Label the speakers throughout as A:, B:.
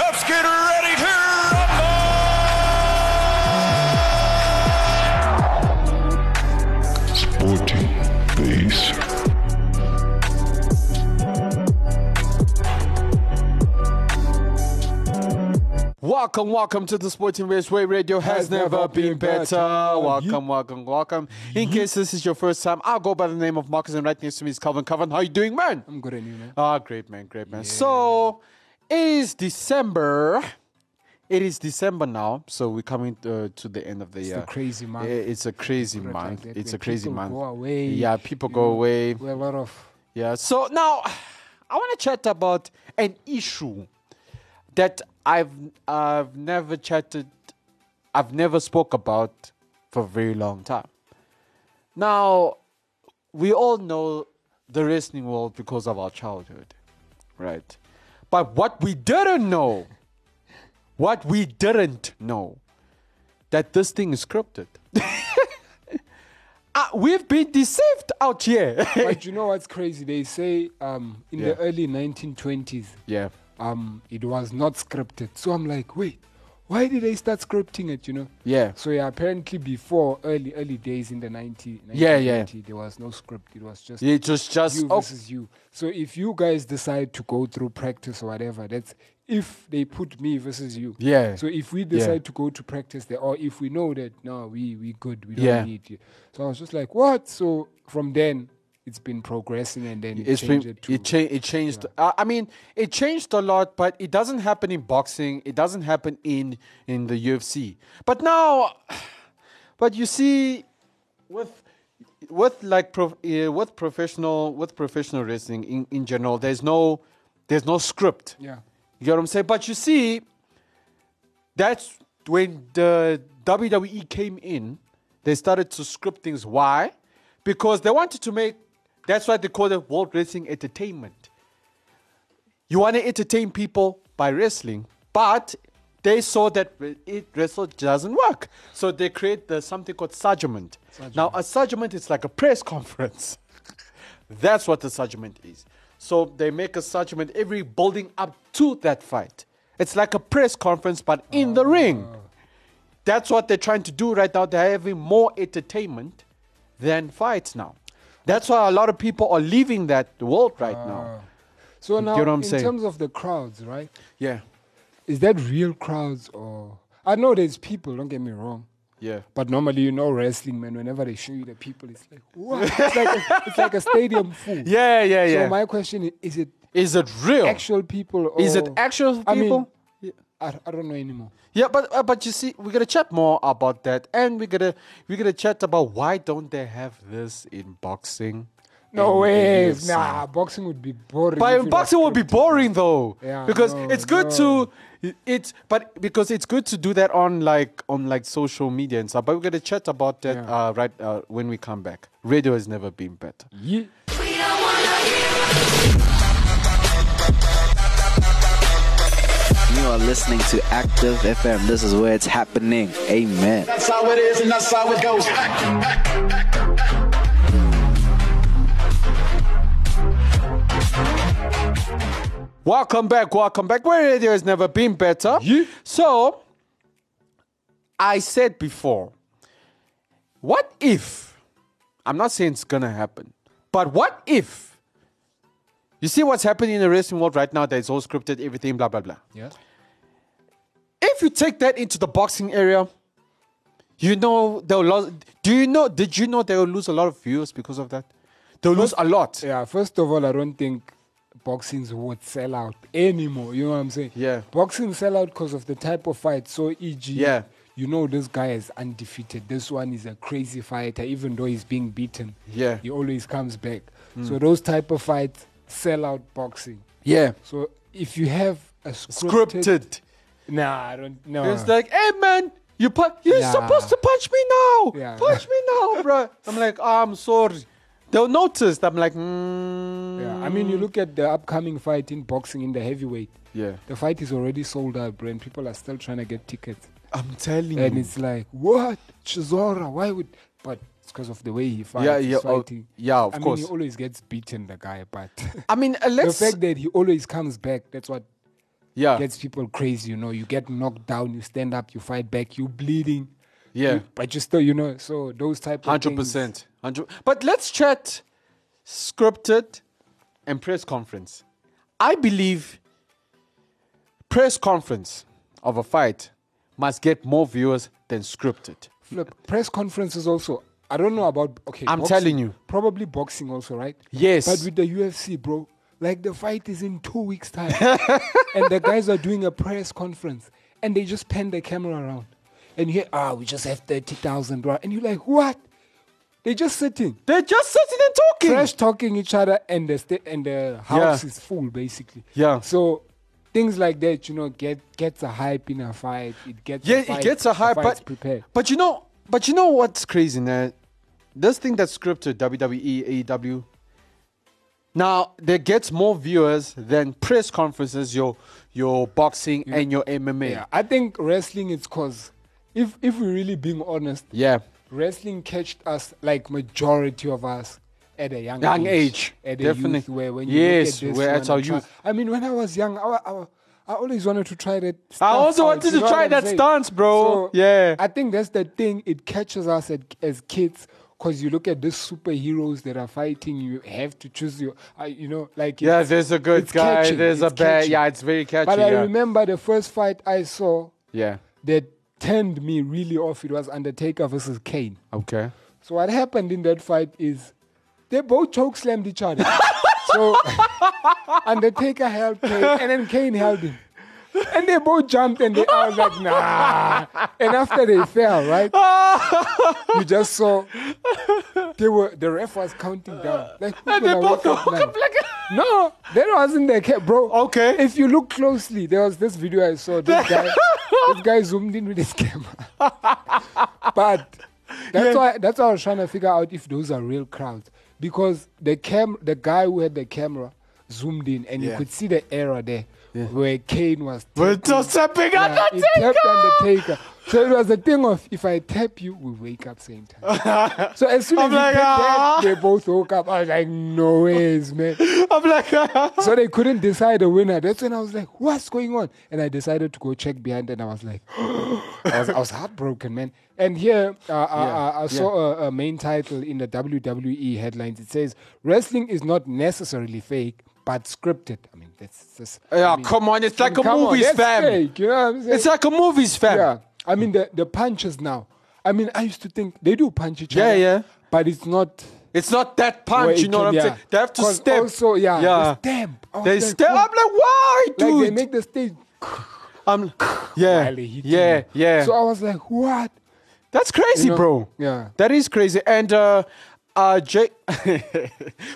A: let's get ready to rumble!
B: Sporting base.
C: Welcome, welcome to the Sporting Raceway Radio has, never, been, better. Welcome, welcome, welcome. In case this is your first time, I'll go by the name of Marcus, and right next to me is Calvin. Calvin, how you doing, man?
D: I'm good at you, man.
C: Ah, great man, great man. So it is December. It is December now, so we're coming uh, to the end of the year.
D: It's a crazy month.
C: Yeah, It's a crazy
D: Right, like
C: month.
D: that,
C: it's
D: where
C: a crazy
D: people
C: month.
D: Go away.
C: Yeah, people
D: you
C: go
D: know,
C: away.
D: We have a lot of
C: Yeah. So now I want to chat about an issue that I've I've never chatted I've never spoke about for a very long time. Now we all know the wrestling world because of our childhood. Right. But what we didn't know what we didn't know that this thing is scripted. Uh, we've been deceived out here.
D: but you know what's crazy? They say um, in
C: Yeah.
D: the early 1920s,
C: yeah.
D: um, it was not scripted. So I'm like, wait, why did they start scripting it? You know?
C: Yeah.
D: So yeah, apparently before early early days in the 90,
C: Yeah, yeah.
D: 1920, there was no script. It was just
C: It was just
D: you
C: oh,
D: versus you. So if you guys decide to go through practice or whatever, that's if they put me versus you.
C: Yeah.
D: So if we decide to go to practice there, or if we know that no, we we good, we don't
C: Yeah.
D: need you. So I was just like, what? So from then, it's been progressing, and then it
C: it's
D: changed
C: been
D: it to
C: it, cha- it changed. Uh, I mean, it changed a lot, but it doesn't happen in boxing. It doesn't happen in in the UFC. But now, but you see, with with like prof, uh, with professional with professional wrestling in, in general, there's no there's no script.
D: yeah.
C: You know what I'm saying? But you see, that's when the WWE came in, they started to script things. Why? Because they wanted to make, that's why they call it World Wrestling Entertainment. You want to entertain people by wrestling, but they saw that it wrestle doesn't work. So they create the, something called sajament. Now, a sajament is like a press conference. That's what the sajament is. So they make a sajament every building up to that fight. It's like a press conference, but in the ring. That's what they're trying to do right now. They're having more entertainment than fights now. That's why a lot of people are leaving that world right now.
D: So now,
C: what I'm
D: in
C: saying?
D: terms of the crowds, right?
C: Yeah,
D: Is that real crowds or? I know there's people. Don't get me wrong.
C: yeah.
D: But normally, you know, wrestling, man, whenever they show you the people, it's like, what? It's like a, it's like a stadium full.
C: Yeah, yeah, yeah.
D: So, my question is, is it
C: is it real?
D: actual people or.
C: is it actual people?
D: I mean, I, I don't know anymore.
C: Yeah, but uh, but you see, we're gonna chat more about that, and we're gonna we're gonna chat about why don't they have this in boxing?
D: No
C: in- in
D: way.
C: UFC.
D: Eh, Nah, boxing would be boring.
C: But
D: if
C: in
D: it was
C: boxing would be
D: scripted.
C: boring though,
D: Yeah,
C: because
D: no,
C: it's good
D: no.
C: to it's but because it's good to do that on like on like social media and stuff. But we're gonna chat about that
D: Yeah.
C: uh, right uh, when we come back. Radio has never been better.
D: Ye-
E: You are listening to Active FM. This is where it's happening. Amen.
F: That's how it is, and that's how it goes.
C: Welcome back, welcome back. Where radio has never been better. So, I said before, what if, I'm not saying it's gonna happen, but what if, you see what's happening in the wrestling world right now, that it's all scripted, everything, blah, blah, blah.
D: Yeah.
C: If you take that into the boxing area, you know they'll lose. Do you know? Did you know they will lose a lot of viewers because of that? They'll lose a lot.
D: Yeah, first of all, I don't think boxings would sell out anymore. You know what I'm saying?
C: Yeah.
D: Boxing sell out because of the type of fight. So, e.g.,
C: Yeah.
D: you know, this guy is undefeated. This one is a crazy fighter, even though he's being beaten.
C: Yeah. Hmm.
D: He always comes back. So, those type of fights sell out boxing.
C: Yeah,
D: So, if you have a scripted.
C: scripted.
D: Nah, I don't know.
C: It's like, hey man, you pu- you're
D: Uh. Yeah.
C: supposed to punch me now.
D: Yeah.
C: Punch me now, bro. I'm like, I'm sorry. they'll notice. I'm like, mm,
D: Yeah, I mean, you look at the upcoming fight in boxing in the heavyweight.
C: Yeah.
D: The fight is already sold out, bro, and people are still trying to get tickets.
C: I'm telling
D: And
C: you.
D: it's like, what? Chisora, why would. But it's because of the way he fights.
C: Yeah,
D: he's
C: yeah, oh,
D: fighting.
C: yeah, of
D: I
C: course.
D: mean, he always gets beaten, the guy, but
C: I mean, uh,
D: the
C: let's
D: fact that he always comes back, that's what
C: yeah,
D: gets people crazy, you know. You get knocked down, you stand up, you fight back, you bleeding.
C: yeah,
D: you- but you still, you know, so those type of
C: hundred percent, hundred. But let's chat scripted and press conference. I believe press conference of a fight must get more viewers than scripted.
D: things- Look, press conferences also. I don't know about okay.
C: I'm telling you.
D: probably boxing also, right?
C: Yes.
D: But with the UFC, bro, like the fight is in two weeks' time, and the guys are doing a press conference, and they just pan the camera around, and you hear, ah, we just have thirty thousand, bro, and you're like, what? They just sitting,
C: They're just sitting and talking.
D: trash talking each other, and the sta- and the house
C: Yeah.
D: is full basically.
C: Yeah.
D: So. Things like that, you know, get gets a hype in a fight. It gets the
C: yeah,
D: fight-
C: it gets a
D: the
C: high,
D: fight's
C: but
D: prepared.
C: but you know, but you know what's crazy, man? This thing that's scripted, WWE, AEW. E Now they get more viewers than press conferences, your your boxing and your MMA.
D: Yeah, I think wrestling is cause if if we're really being honest,
C: Yeah.
D: wrestling catched us like majority of us at a young,
C: Young age,
D: age, at a
C: definitely.
D: youth where when you
C: Yes,
D: look at this,
C: we're
D: you
C: at
D: wanna
C: our
D: try-
C: youth.
D: I mean, when I was young, I, wa- I, wa- I always wanted to try that.
C: I
D: stuff
C: also
D: out,
C: wanted
D: you
C: to
D: know
C: try
D: what I'm
C: that
D: saying?
C: stance, bro.
D: So,
C: Yeah.
D: I think that's the thing. It catches us at, as kids. Cause you look at these superheroes that are fighting, you have to choose your, uh, you know, like
C: Yeah,
D: it's-
C: there's a good
D: it's
C: guy,
D: catchy,
C: there's a
D: it's
C: bad-
D: catchy.
C: yeah, it's very catchy,
D: But I
C: yeah.
D: remember the first fight I saw
C: Yeah.
D: that turned me really off. It was Undertaker versus Kane.
C: Okay.
D: So what happened in that fight is they both choke slammed each other. so Undertaker held Kane and then Kane held him. And they both jumped and they I was like, nah. And after they fell, right? you just saw they were the ref was counting down. Like who's
C: And they
D: gonna
C: both
D: wake up
C: woke
D: now?
C: up like
D: No, that wasn't the case, bro.
C: Okay.
D: If you look closely, there was this video I saw. This guy, this guy zoomed in with his camera. but that's why that's why I was trying to figure out if those are real crowds because the cam, the guy who had the camera zoomed in, and you
C: Yeah.
D: could see the error there where Kane was.
C: We're
D: tapping.
C: just stepping
D: Yeah,
C: yeah,
D: he tapped Undertaker. So it was a thing of if I tap you, we wake up same time. so as soon as
C: I'm
D: he
C: like,
D: did
C: "Ah."
D: that, they both woke up. I was like, no ways, man.
C: I'm like,
D: So they couldn't decide a winner. That's when I was like, what's going on? And I decided to go check behind and I was like, I, was, I was heartbroken, man. And here, uh, I, I, I saw a, a main title in the WWE headlines. It says, wrestling is not necessarily fake, but scripted. I mean, that's just.
C: yeah,
D: I mean,
C: come on, it's like a
D: come on,
C: movie's
D: that's
C: fam.
D: fake, you know what I'm saying?
C: It's like a movie's fam.
D: Yeah. I mean the the punches now. I mean I used to think they do punch each
C: Yeah,
D: other.
C: yeah.
D: But it's not
C: It's not that
D: where
C: punch,
D: it
C: you know
D: can-
C: what I'm
D: yeah.
C: saying? They have to
D: 'Cause
C: step.
D: Also, yeah,
C: yeah.
D: They stamp. I was
C: They
D: like,
C: step. I'm
D: "What?"
C: like, why,
D: like
C: dude?
D: they make the stage
C: I'm, yeah,
D: while they hit
C: yeah,
D: you.
C: yeah.
D: So I was like, what?
C: That's crazy,
D: You know,
C: bro.
D: yeah.
C: That is crazy. And uh uh Jake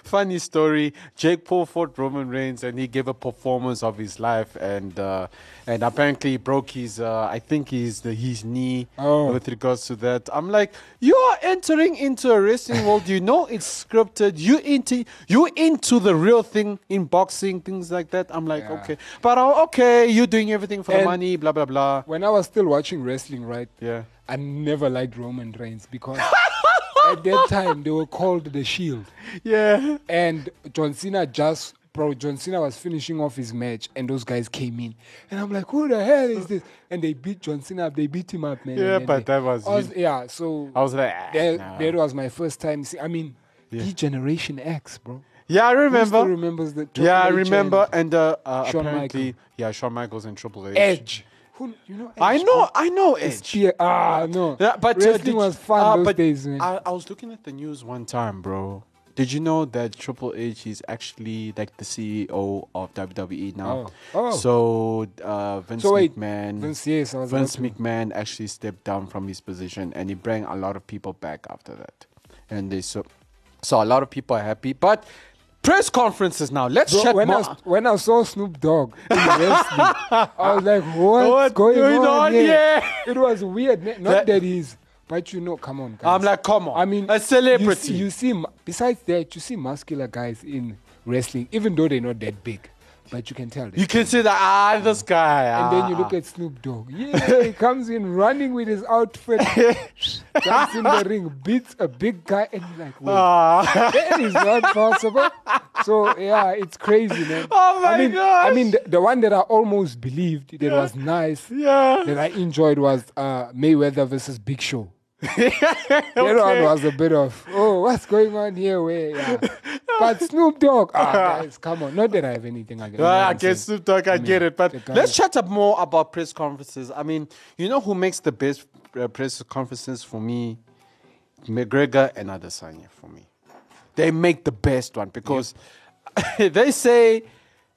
C: funny story. Jake Paul fought Roman Reigns and he gave a performance of his life and uh and apparently he broke his uh I think his the, his knee
D: Oh.
C: with regards to that. I'm like, you are entering into a wrestling world, you know it's scripted, you into you into the real thing in boxing, things like that. I'm like,
D: Yeah.
C: okay. But uh, okay, you're doing everything for the
D: And-
C: money, blah blah blah.
D: When I was still watching wrestling, right?
C: Yeah.
D: I never liked Roman Reigns because at that time they were called the Shield.
C: Yeah.
D: And John Cena just, bro, John Cena was finishing off his match, and those guys came in, and I'm like, who the hell is this? And they beat John Cena up. They beat him up, man. and
C: Yeah,
D: then
C: but
D: they-
C: that was
D: I was-
C: you-
D: yeah. So
C: I was like, ah,
D: that,
C: nah.
D: that was my first time. See, I mean, the Generation X, bro.
C: Yeah, I
D: Who still
C: remember.
D: remembers the Triple
C: yeah, I
D: H
C: remember. And uh, uh,
D: Shawn
C: apparently,
D: Michaels.
C: yeah, Shawn Michaels and Triple H.
D: and Edge. Who you know? Edge,
C: I know, I know Edge.
D: Spear. Ah, no.
C: Yeah, but uh, did
D: wrestling
C: you-
D: was fun
C: uh,
D: those
C: but
D: days, man.
C: I, I was looking at the news one time, bro. Did you know that Triple H is actually like the CEO of WWE now?
D: Oh. Oh.
C: So uh, Vince
D: So wait,
C: McMahon,
D: Vince, yes, I was
C: Vince
D: about to-
C: McMahon actually stepped down from his position, and he bring a lot of people back after that. And they so, so a lot of people are happy. But press conferences now. Let's
D: Bro,
C: check
D: when,
C: more.
D: I, s- when I saw Snoop Dogg in wrestling, I was like, what's
C: What's
D: going,
C: going
D: on,
C: on
D: here?
C: here?
D: It was weird. ne- Not
C: That-
D: that he's But you know, come on, guys.
C: I'm like, come on.
D: I mean,
C: A
D: you
C: celebrity.
D: see- You see, mu- besides that, you see muscular guys in wrestling, even though they're not that big, but you can tell.
C: You can see that ah, this guy.
D: and then you
C: ah.
D: look at Snoop Dogg. Yeah, he comes in running with his outfit, jumps in the ring, beats a big guy, and you're like, wait,
C: Ah.
D: that is not possible. So yeah, it's crazy, man.
C: Oh my
D: I mean,
C: gosh.
D: I mean, the, the one that I almost believed that was nice,
C: Yeah.
D: that I enjoyed was uh, Mayweather versus Big Show. That one was a bit of oh, what's going on here? Where, yeah. but Snoop Dogg, ah, guys, come on. Not that I have anything against.
C: Well, I
D: I'm saying.
C: guess Ah, Snoop Dogg, I, get
D: mean,
C: it. But
D: the guy-
C: let's chat up more about press conferences. I mean, you know who makes the best uh, press conferences for me? McGregor and Adesanya for me. They make the best one because they say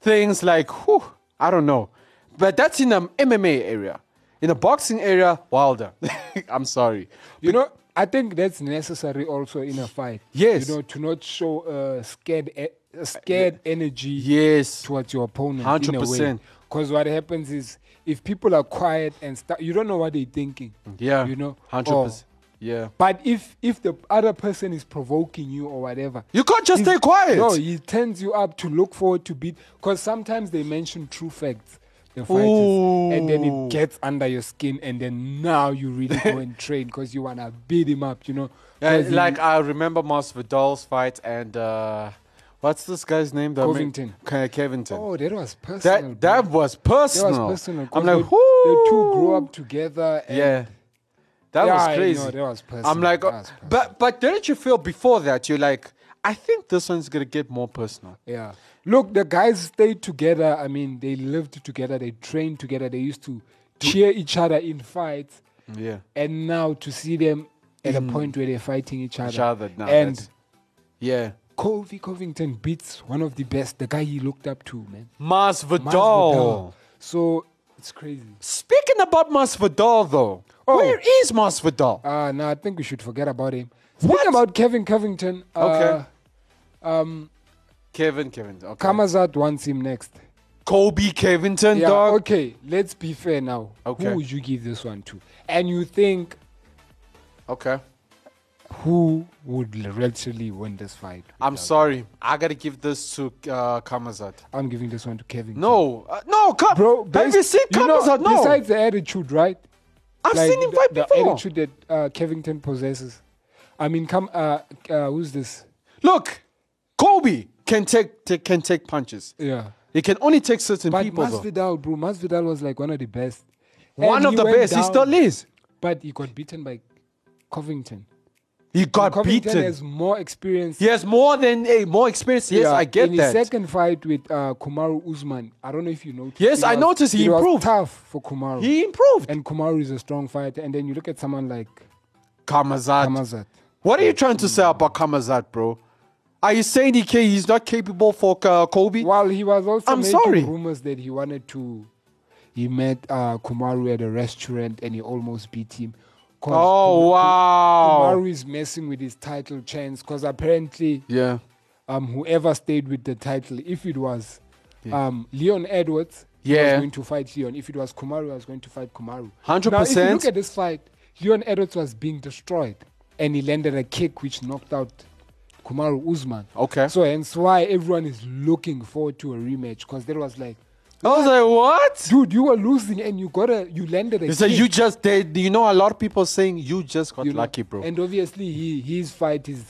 C: things like, whew, I don't know. But that's in the MMA area. In the boxing area, Wilder. I'm sorry.
D: You know, I think that's necessary also in a fight.
C: Yes.
D: You know, to not show uh, scared e- uh, scared energy
C: Yes.
D: towards your opponent.
C: 100%.
D: Because what happens is if people are quiet and start, you don't know what they're thinking.
C: Yeah.
D: You know? oh.
C: 100%.
D: Or-
C: Yeah.
D: but if if the other person is provoking you or whatever,
C: You can't just
D: he's-
C: stay quiet.
D: No, he turns you up to look forward to beat. Because sometimes they mention true facts, the fighters, and then
C: Ooh.
D: it gets under your skin, and then now you really go and train because you wanna beat him up. You know,
C: Yeah,
D: 'Cause he-
C: Uh, like I remember Masvidal's fight and uh, what's this guy's name? The
D: Covington.
C: Ke- Covington.
D: oh, that was personal.
C: that
D: bro.
C: that was personal.
D: That was personal.
C: I'm
D: 'cause
C: like,
D: they, the two
C: "Whoo."
D: grew up together. And
C: Yeah. That
D: Yeah,
C: was
D: I know,
C: crazy.
D: that was
C: I'm
D: personal,
C: like,
D: that
C: uh,
D: was personal.
C: but but didn't you feel before that you're like, I think this one's gonna get more personal.
D: Yeah. Look, the guys stayed together. I mean, they lived together. They trained together. They used to cheer each other in fights.
C: Yeah.
D: And now to see them at a point where they're fighting each other.
C: Each other now.
D: and
C: that's- yeah.
D: Colby Covington beats one of the best, the guy he looked up to, man.
C: Masvidal.
D: Masvidal. So it's crazy.
C: Speaking about Masvidal though,
D: Oh.
C: where is Masvidal?
D: Uh, no, I think we should forget about him.
C: What?
D: Speaking about Kevin Covington, uh,
C: Okay. Kevin, Kevin. Okay.
D: Kamazat wants him next.
C: Kobe Covington,
D: Yeah,
C: dog.
D: okay, let's be fair now.
C: Okay.
D: Who would you give this one to? And you think
C: Okay.
D: who would literally win this fight?
C: I'm sorry. I gotta give this to uh, Kamazat.
D: I'm giving this one to Kevin.
C: No, uh, no, Ka-
D: bro,
C: Have you
D: based-
C: seen
D: you know,
C: Kamazat? No,
D: Besides the attitude, right?
C: I've
D: Like,
C: seen him
D: the-
C: fight
D: the
C: before.
D: attitude that uh, Kevington possesses. I mean, come, uh, uh, who's this?
C: Look, Kobe can take, take can take punches.
D: Yeah.
C: He can only take certain
D: But
C: people. though.
D: Masvidal, bro, Masvidal was like one of the best.
C: One
D: And
C: of
D: he
C: the
D: went
C: best. He
D: down,
C: still is.
D: But he got beaten by Covington.
C: He got
D: Covington
C: beaten.
D: has more experience.
C: he has more than a more experience. Yes,
D: Yeah,
C: I get
D: in
C: that.
D: his second fight with uh, Kumaru Usman, I don't know if you noticed.
C: Yes,
D: it
C: I
D: was-
C: noticed he
D: it was
C: improved.
D: tough for Kumaru.
C: he improved.
D: and Kumaru is a strong fighter. And then you look at someone like
C: Kamazat.
D: Hamazat.
C: What are you trying to say about Kamazat, bro? Are you saying he can, he's not capable for uh, Kobe?
D: While he was also
C: I'm
D: making
C: sorry.
D: rumors that he wanted to, he met uh, Kumaru at a restaurant and he almost beat him. 'Cause
C: Oh wow!
D: Kumaru is messing with his title chance because apparently,
C: Yeah.
D: um, whoever stayed with the title, if it was um, Leon Edwards, he
C: Yeah.
D: was going to fight Leon. If it was Kumaru, I was going to fight Kumaru.
C: 100%.
D: Now, if you look at this fight, Leon Edwards was being destroyed and he landed a kick which knocked out Kumaru Usman.
C: Okay.
D: So, hence why everyone is looking forward to a rematch because that was like,
C: I was like, what?
D: dude, you were losing and you got a, you landed a
C: He
D: kick.
C: said, "You just did." You know, a lot of people saying you just got
D: you know?
C: lucky, bro.
D: And obviously, he his fight is,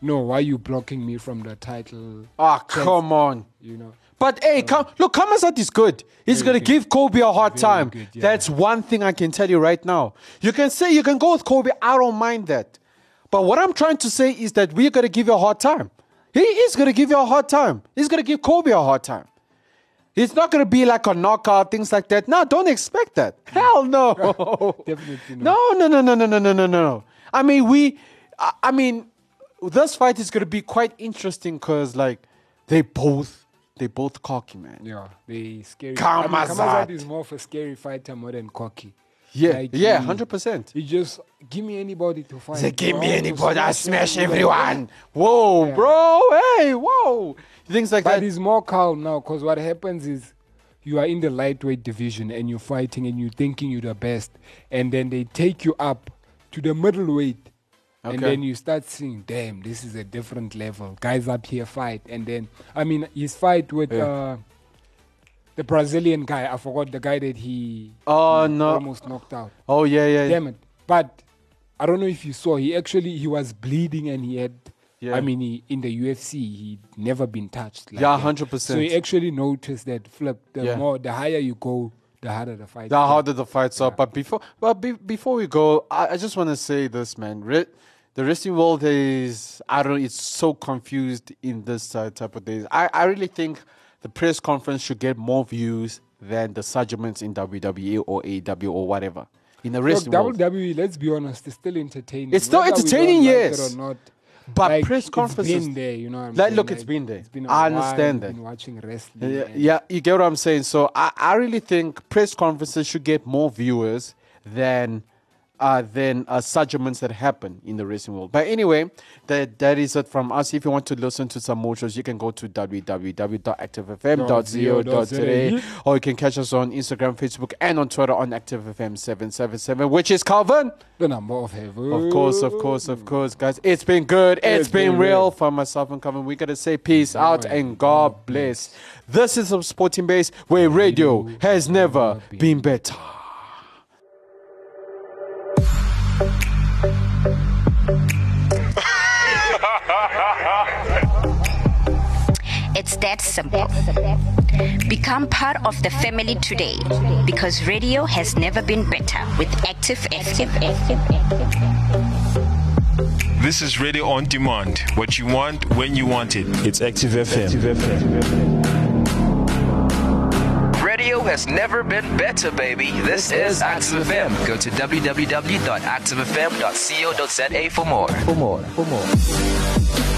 D: no, why are you blocking me from the title?
C: Ah, come on.
D: You know.
C: But hey, come look, Kamazat is good. He's gonna give Kobe a hard time.
D: good, yeah.
C: That's one thing I can tell you right now. You can say you can go with Kobe. I don't mind that. But what I'm trying to say is that we're gonna give you a hard time. He is gonna give you a hard time. He's gonna give Kobe a hard time. It's not gonna be like a knockout, things like that. No, don't expect that. Hell no.
D: Definitely not.
C: No, no, no, no, no, no, no, no, no. I mean, we. I, I mean, this fight is gonna be quite interesting because like they both they both cocky, man.
D: Yeah, the scary.
C: Kamazat.
D: Kamazat is more of a scary fighter more than cocky.
C: Yeah,
D: Like,
C: yeah,
D: he-
C: hundred percent.
D: He just give me anybody to fight.
C: They give
D: bro,
C: me
D: to
C: anybody, I smash everyone.
D: everyone."
C: Whoa,
D: Yeah.
C: bro, hey, whoa, things like
D: But
C: that.
D: he's more calm now because what happens is you are in the lightweight division and you're fighting and you're thinking you're the best, and then they take you up to the middleweight. And
C: Okay.
D: then you start seeing, damn, this is a different level. Guys up here fight. And then, I mean, his fight with
C: Yeah.
D: uh, the Brazilian guy, I forgot the guy that he
C: Oh no!
D: almost knocked out.
C: Oh yeah, yeah, yeah.
D: Damn it. But I don't know if you saw, he actually he was bleeding and he had
C: Yeah.
D: I mean he, in the UFC he'd never been touched. Like
C: Yeah,
D: that.
C: 100%.
D: So he actually noticed that flip, the
C: Yeah.
D: more the higher you go, the harder the fight.
C: The
D: gets.
C: harder the fights are. But before, but be, before we go, I, I just want to say this, man. Re- the wrestling world is, I don't know, it's so confused in this uh, type of days. I, I really think the press conference should get more views than the segments in WWE or AEW or whatever. In the
D: Look,
C: wrestling world.
D: WWE, let's be honest, it's still entertaining.
C: It's still
D: Whether we don't
C: entertaining,
D: like it
C: yes.
D: or not.
C: But
D: like,
C: press
D: It's
C: conferences-
D: been there, you know what I'm
C: Like,
D: saying?
C: look, it's been there.
D: It's been a
C: I
D: while,
C: understand
D: we've
C: that.
D: Been watching wrestling.
C: Yeah,
D: and-
C: yeah, you get what I'm saying. So I, I really think press conferences should get more viewers than uh, than uh, segments that happen in the racing world. But anyway, that that is it from us. If you want to listen to some more shows, you can go to www.activefm.co.za or you can catch us on Instagram, Facebook, and on Twitter on ActiveFM777, which is Calvin.
D: The number of heaven.
C: Of course, of course, of course, guys. It's been good. it's been,
D: been
C: real.
D: real.
C: For myself and Calvin, we gotta say peace out and God bless. This is a sporting base where radio has never been better.
G: It's that simple. Become part of the family today because radio has never been better with Active FM.
H: This is Radio On Demand. What you want, when you want it. It's Active FM.
I: Radio has never been better, baby. This is Active FM. Go to www.activefm.co.za for more. For more. For more.